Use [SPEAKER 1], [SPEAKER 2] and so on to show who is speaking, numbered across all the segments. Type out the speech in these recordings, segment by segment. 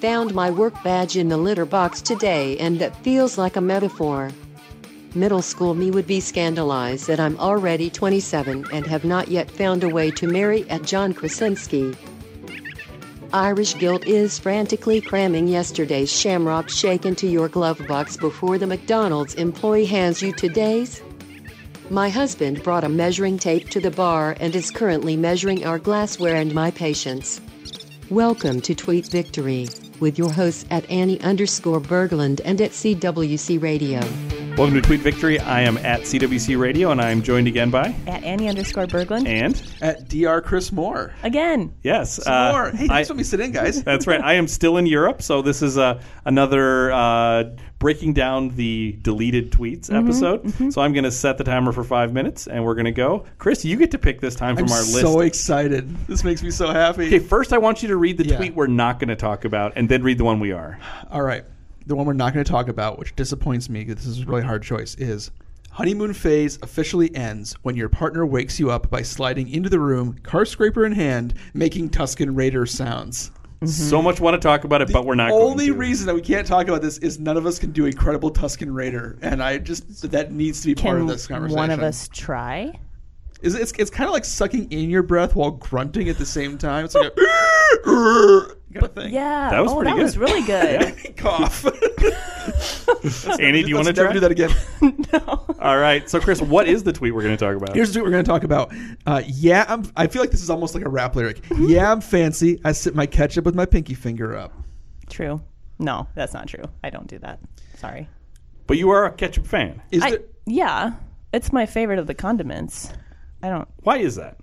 [SPEAKER 1] Found my work badge in the litter box today, and that feels like a metaphor. Middle school me would be scandalized that I'm already 27 and have not yet found a way to marry at John Krasinski. Irish Guild is frantically cramming yesterday's shamrock shake into your glove box before the McDonald's employee hands you today's. My husband brought a measuring tape to the bar and is currently measuring our glassware and my patience. Welcome to Tweet Victory with your hosts at Annie underscore Berglund and at CWC Radio.
[SPEAKER 2] Welcome to Tweet Victory. I am at CWC Radio, and I am joined again by
[SPEAKER 3] at Annie underscore Berglund.
[SPEAKER 2] and
[SPEAKER 4] at Dr. Chris Moore.
[SPEAKER 3] Again.
[SPEAKER 2] yes, uh,
[SPEAKER 4] Moore, hey,
[SPEAKER 2] I-
[SPEAKER 4] thanks for me sit in, guys.
[SPEAKER 2] that's right. I am still in Europe, so this is uh, another uh, breaking down the deleted tweets
[SPEAKER 4] Mm-hmm,
[SPEAKER 2] episode. So I'm going to set the timer for five minutes, and we're going to go. Chris, you get to pick this time from
[SPEAKER 4] I'm
[SPEAKER 2] our list.
[SPEAKER 4] so excited. This makes me so happy.
[SPEAKER 2] okay, first I want you to read the
[SPEAKER 4] Yeah.
[SPEAKER 2] tweet we're not going to talk about, and then read the one we are.
[SPEAKER 4] All right, the one we're not going to talk about, which disappoints me because this is a really hard choice, is honeymoon phase officially ends when your partner wakes you up by sliding into the room, car scraper in hand, making Tuscan Raider sounds.
[SPEAKER 2] So much want to talk about it, but we're not. going
[SPEAKER 4] Only
[SPEAKER 2] to.
[SPEAKER 4] reason that we can't talk about this is none of us can do a credible Tuscan Raider, and I just that needs to be part
[SPEAKER 3] Can
[SPEAKER 4] of this conversation.
[SPEAKER 3] one of us try?
[SPEAKER 4] Is it's it's kind of like sucking in your breath while grunting at the same time. It's like a kind of thing.
[SPEAKER 3] Yeah.
[SPEAKER 2] That was
[SPEAKER 3] oh,
[SPEAKER 2] pretty
[SPEAKER 3] that
[SPEAKER 2] good.
[SPEAKER 3] was really good.
[SPEAKER 4] Cough.
[SPEAKER 2] Annie, do you want to
[SPEAKER 4] Let's never
[SPEAKER 2] try?
[SPEAKER 4] do that again?
[SPEAKER 2] All right. So, Chris, what is the tweet we're going to talk about?
[SPEAKER 4] Here's what we're going to talk about. Uh, yeah, I'm, I feel like this is almost like a rap lyric.
[SPEAKER 3] Mm-hmm.
[SPEAKER 4] Yeah, I'm fancy. I sip my ketchup with my pinky finger up.
[SPEAKER 3] true. No, that's not true. I don't do that. Sorry.
[SPEAKER 2] but you are a ketchup fan.
[SPEAKER 4] Is
[SPEAKER 3] I,
[SPEAKER 4] there?
[SPEAKER 3] yeah. It's my favorite of the condiments. I don't
[SPEAKER 2] Why is that?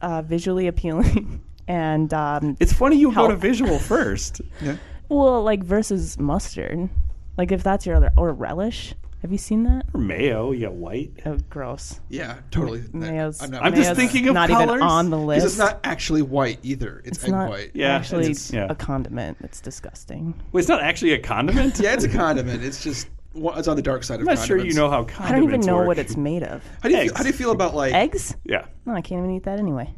[SPEAKER 3] uh, visually appealing. And um,
[SPEAKER 2] It's funny you go to
[SPEAKER 3] Help.
[SPEAKER 2] visual first.
[SPEAKER 4] Yeah.
[SPEAKER 3] well, like versus mustard, like if that's your other or relish. Have you seen that?
[SPEAKER 2] Mayo, you got white.
[SPEAKER 3] Oh, gross.
[SPEAKER 4] yeah, totally.
[SPEAKER 3] Mayo's-
[SPEAKER 4] I'm not.
[SPEAKER 2] I'm just
[SPEAKER 3] Mayo's
[SPEAKER 2] thinking of
[SPEAKER 3] not
[SPEAKER 2] colors.
[SPEAKER 3] even on the
[SPEAKER 4] 'Cause
[SPEAKER 3] list.
[SPEAKER 4] it's not actually white either. It's, egg
[SPEAKER 3] It's not
[SPEAKER 4] white.
[SPEAKER 2] Yeah,
[SPEAKER 3] actually
[SPEAKER 2] it's- yeah.
[SPEAKER 3] a condiment. It's disgusting.
[SPEAKER 2] Well, it's not actually a condiment.
[SPEAKER 4] Yeah, it's a condiment. It's just it's on the dark side of.
[SPEAKER 2] I'm not sure you
[SPEAKER 4] condiments.
[SPEAKER 2] know how
[SPEAKER 3] I don't
[SPEAKER 2] condiments
[SPEAKER 3] even know
[SPEAKER 2] work.
[SPEAKER 3] what it's made of.
[SPEAKER 4] How do you feel,
[SPEAKER 2] Eggs.
[SPEAKER 4] how do you feel about like
[SPEAKER 3] Eggs?
[SPEAKER 2] Yeah.
[SPEAKER 3] No, I can't even eat that anyway.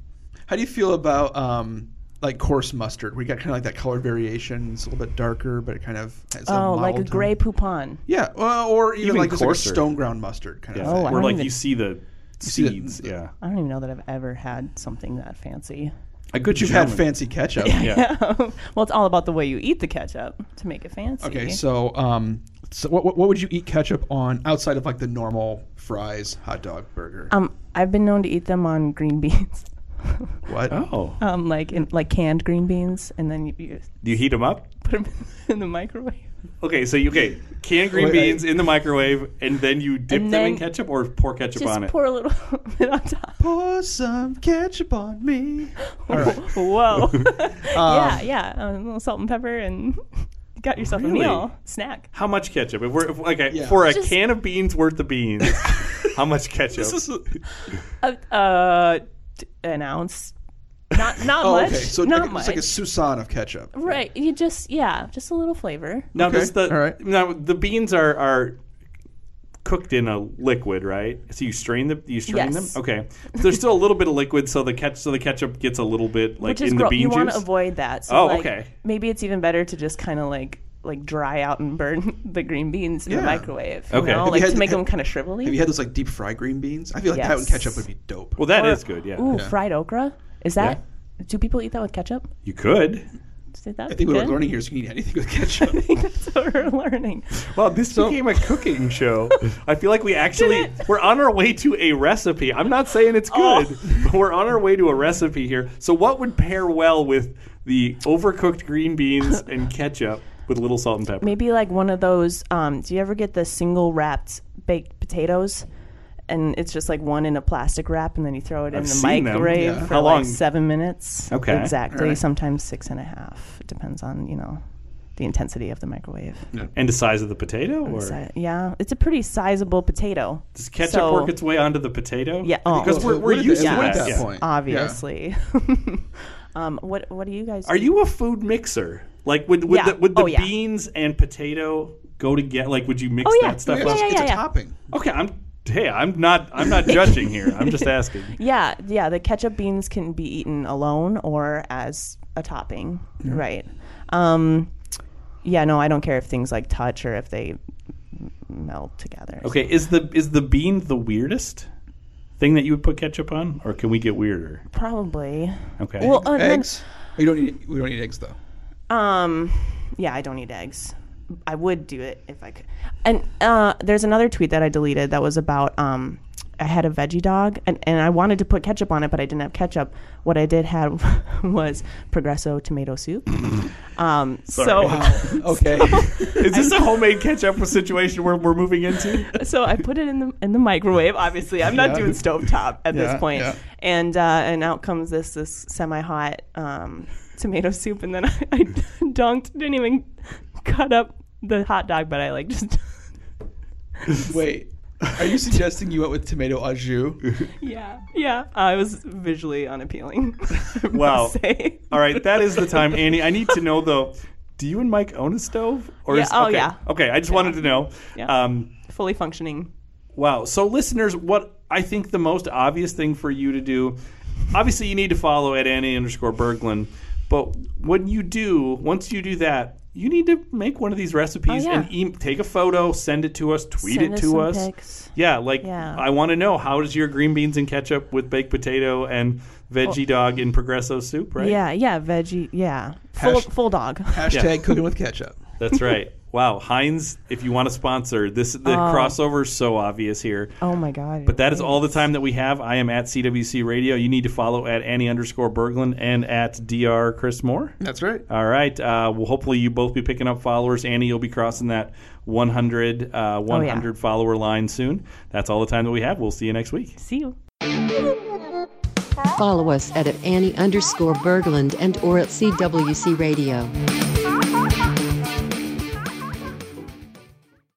[SPEAKER 4] How do you feel about um, like coarse mustard? We got kind of like that color variation. It's a little bit darker, but it kind of has
[SPEAKER 3] Oh, like a
[SPEAKER 4] mottled
[SPEAKER 3] gray
[SPEAKER 4] tone.
[SPEAKER 3] poupon.
[SPEAKER 4] Yeah, well, or even,
[SPEAKER 2] Even
[SPEAKER 4] like just like a
[SPEAKER 2] coarser.
[SPEAKER 4] stone ground mustard kind
[SPEAKER 2] yeah.
[SPEAKER 4] of thing.
[SPEAKER 3] Oh, I
[SPEAKER 2] Where
[SPEAKER 3] don't
[SPEAKER 2] like
[SPEAKER 3] even-
[SPEAKER 2] you see the
[SPEAKER 4] see the-
[SPEAKER 2] seeds. yeah.
[SPEAKER 3] I don't even know that I've ever had something that fancy.
[SPEAKER 2] A good
[SPEAKER 4] You've had fancy ketchup.
[SPEAKER 2] Yeah.
[SPEAKER 3] well, it's all about the way you eat the ketchup to make it fancy.
[SPEAKER 4] Okay, so um, so what, what what would you eat ketchup on outside of like the normal fries, hot dog, burger?
[SPEAKER 3] um, I've been known to eat them on green beans,
[SPEAKER 4] what?
[SPEAKER 2] Oh.
[SPEAKER 3] um, like in, like canned green beans, and then you, you just
[SPEAKER 2] Do you heat them up?
[SPEAKER 3] put them in the microwave.
[SPEAKER 2] Okay, so you okay, canned green
[SPEAKER 4] Wait, I-
[SPEAKER 2] beans in the microwave and then you dip
[SPEAKER 3] And
[SPEAKER 2] them in
[SPEAKER 3] then-
[SPEAKER 2] ketchup or pour ketchup
[SPEAKER 3] Just
[SPEAKER 2] on it.
[SPEAKER 3] pour a little bit on top.
[SPEAKER 4] Pour some ketchup on me. All right.
[SPEAKER 3] Whoa! yeah, yeah, um, a little salt and pepper, and you got yourself
[SPEAKER 2] Really?
[SPEAKER 3] a meal snack.
[SPEAKER 2] How much ketchup? If we're if, okay,
[SPEAKER 4] Yeah.
[SPEAKER 2] for a
[SPEAKER 3] Just-
[SPEAKER 2] can of beans worth of beans, how much ketchup?
[SPEAKER 4] This is-
[SPEAKER 3] Uh, uh, t- an ounce. Not not
[SPEAKER 4] oh,
[SPEAKER 3] much.
[SPEAKER 4] okay. So
[SPEAKER 3] not
[SPEAKER 4] like,
[SPEAKER 3] much.
[SPEAKER 4] it's like a Susan of ketchup.
[SPEAKER 3] Right. You just yeah, just a little flavor.
[SPEAKER 2] Now
[SPEAKER 4] Okay,
[SPEAKER 2] does the
[SPEAKER 4] all right.
[SPEAKER 2] now the beans are are cooked in a liquid, right? So you strain the you strain
[SPEAKER 3] Yes.
[SPEAKER 2] them. Okay, But there's still a little bit of liquid, so the ketchup so the ketchup gets a little bit like
[SPEAKER 3] Which is
[SPEAKER 2] in the
[SPEAKER 3] gross.
[SPEAKER 2] bean
[SPEAKER 3] You
[SPEAKER 2] juice.
[SPEAKER 3] want to avoid that. So
[SPEAKER 2] Oh,
[SPEAKER 3] like,
[SPEAKER 2] okay.
[SPEAKER 3] Maybe it's even better to just kind of like like dry out and burn the green beans in the
[SPEAKER 4] Yeah.
[SPEAKER 3] microwave.
[SPEAKER 2] Okay.
[SPEAKER 3] You know?
[SPEAKER 2] Have you
[SPEAKER 3] Like
[SPEAKER 4] had-
[SPEAKER 3] to make
[SPEAKER 4] have-
[SPEAKER 3] them kind of
[SPEAKER 4] Have
[SPEAKER 3] shrivelly.
[SPEAKER 4] you had those like deep fried green beans? I feel like that and
[SPEAKER 3] Yes.
[SPEAKER 4] ketchup would be dope.
[SPEAKER 2] well, that is good. Yeah,
[SPEAKER 3] Ooh, fried okra. Is that? Do people eat that with ketchup?
[SPEAKER 2] you could.
[SPEAKER 3] Is that
[SPEAKER 4] I think what we're learning here is you can eat anything with ketchup.
[SPEAKER 3] I think that's what we're learning.
[SPEAKER 2] Well, this became a cooking show. I feel like we actually we're on our way to a recipe. I'm not saying it's
[SPEAKER 3] Oh.
[SPEAKER 2] good, but we're on our way to a recipe here. So what would pair well with the overcooked green beans and ketchup with a little salt and pepper?
[SPEAKER 3] Maybe like one of those. Um, do you ever get the single wrapped baked potatoes? And it's just like one in a plastic wrap, and then you throw it in the
[SPEAKER 2] seen them,
[SPEAKER 3] microwave
[SPEAKER 2] yeah.
[SPEAKER 3] for
[SPEAKER 2] How long?
[SPEAKER 3] like seven minutes.
[SPEAKER 2] Okay.
[SPEAKER 3] exactly. Sometimes six and a half. It depends on you know the intensity of the microwave.
[SPEAKER 2] And the size of the potato, or
[SPEAKER 3] So, yeah, it's a pretty sizable potato.
[SPEAKER 2] Does ketchup
[SPEAKER 3] So-
[SPEAKER 2] work its way onto the potato?
[SPEAKER 3] Yeah, oh.
[SPEAKER 2] because we're,
[SPEAKER 4] What
[SPEAKER 2] we're
[SPEAKER 4] at
[SPEAKER 2] used
[SPEAKER 4] that-
[SPEAKER 2] to
[SPEAKER 4] what
[SPEAKER 2] that.
[SPEAKER 4] at that
[SPEAKER 2] yeah.
[SPEAKER 4] point.
[SPEAKER 3] Obviously. um, what What do you guys?
[SPEAKER 2] Are you a food mixer? Like, would would
[SPEAKER 3] Yeah.
[SPEAKER 2] the, would the
[SPEAKER 3] Oh, yeah.
[SPEAKER 2] beans and potato go together? Like, would you mix
[SPEAKER 3] Oh, yeah.
[SPEAKER 2] that stuff
[SPEAKER 4] Yeah.
[SPEAKER 3] Yeah,
[SPEAKER 2] up?
[SPEAKER 4] It's,
[SPEAKER 3] yeah, Oh,
[SPEAKER 4] it's a
[SPEAKER 3] yeah.
[SPEAKER 4] topping.
[SPEAKER 2] Okay, I'm. hey, I'm not I'm not judging here. I'm just asking.
[SPEAKER 3] Yeah, yeah. The ketchup beans can be eaten alone or as a topping, right? Um, yeah, no, I don't care if things like touch or if they m- meld together.
[SPEAKER 2] Okay, is the is the bean the weirdest thing that you would put ketchup on, or can we get weirder?
[SPEAKER 3] Probably.
[SPEAKER 2] Okay.
[SPEAKER 3] Well, uh, and then-
[SPEAKER 4] eggs. You don't need. We don't need eggs though.
[SPEAKER 3] Um, yeah, I don't eat eggs. I would do it if I could. And uh, there's another tweet that I deleted that was about um, I had a veggie dog and, and I wanted to put ketchup on it, but I didn't have ketchup. What I did have was Progresso tomato soup. Um, so
[SPEAKER 4] Okay.
[SPEAKER 2] is this a homemade ketchup situation where we're moving into?
[SPEAKER 3] so I put it in the in the microwave. Obviously, I'm not
[SPEAKER 4] Yeah.
[SPEAKER 3] doing stovetop at
[SPEAKER 4] Yeah,
[SPEAKER 3] this point.
[SPEAKER 4] yeah.
[SPEAKER 3] And uh, and out comes this this semi hot um, tomato soup, and then I, I dunked. Didn't even cut up the hot dog, but I like just
[SPEAKER 4] Wait. Are you suggesting you went with tomato au jus?
[SPEAKER 3] yeah yeah. I was visually unappealing. I must
[SPEAKER 2] Wow.
[SPEAKER 3] say.
[SPEAKER 2] All right, that is the time, Annie. I need to know though. Do you and Mike own a stove? Or
[SPEAKER 3] Yeah,
[SPEAKER 2] Is,
[SPEAKER 3] oh,
[SPEAKER 2] okay.
[SPEAKER 3] yeah.
[SPEAKER 2] Okay, I just wanted to know.
[SPEAKER 3] Yeah.
[SPEAKER 2] Um,
[SPEAKER 3] fully functioning.
[SPEAKER 2] Wow. So, listeners, what I think the most obvious thing for you to do, obviously, you need to follow at Annie underscore Berglund. But when you do, once you do that, you need to make one of these recipes
[SPEAKER 3] Oh, yeah.
[SPEAKER 2] and e- take a photo, send it to us, tweet it
[SPEAKER 3] Send us
[SPEAKER 2] to
[SPEAKER 3] some
[SPEAKER 2] us.
[SPEAKER 3] pics.
[SPEAKER 2] Yeah, like
[SPEAKER 3] Yeah.
[SPEAKER 2] I want to know how does your green beans and ketchup with baked potato and veggie dog in Progresso soup, right?
[SPEAKER 3] Yeah yeah veggie yeah full
[SPEAKER 4] Hash-
[SPEAKER 3] full dog.
[SPEAKER 4] Hashtag cooking with ketchup.
[SPEAKER 2] That's right. Wow, Heinz, if you want to sponsor this, the crossover is so obvious here.
[SPEAKER 3] Oh my god.
[SPEAKER 2] But that is all the time that we have. I am at CWC Radio. You need to follow at Annie underscore Berglund and at DR Chris Moore.
[SPEAKER 4] That's right.
[SPEAKER 2] All right. Uh, well, hopefully you both be picking up followers. Annie, you'll be crossing that 100, uh, 100 follower line soon. That's all the time that we have. We'll see you next week.
[SPEAKER 3] See you.
[SPEAKER 1] Follow us at, at Annie underscore Berglund and or at CWC Radio.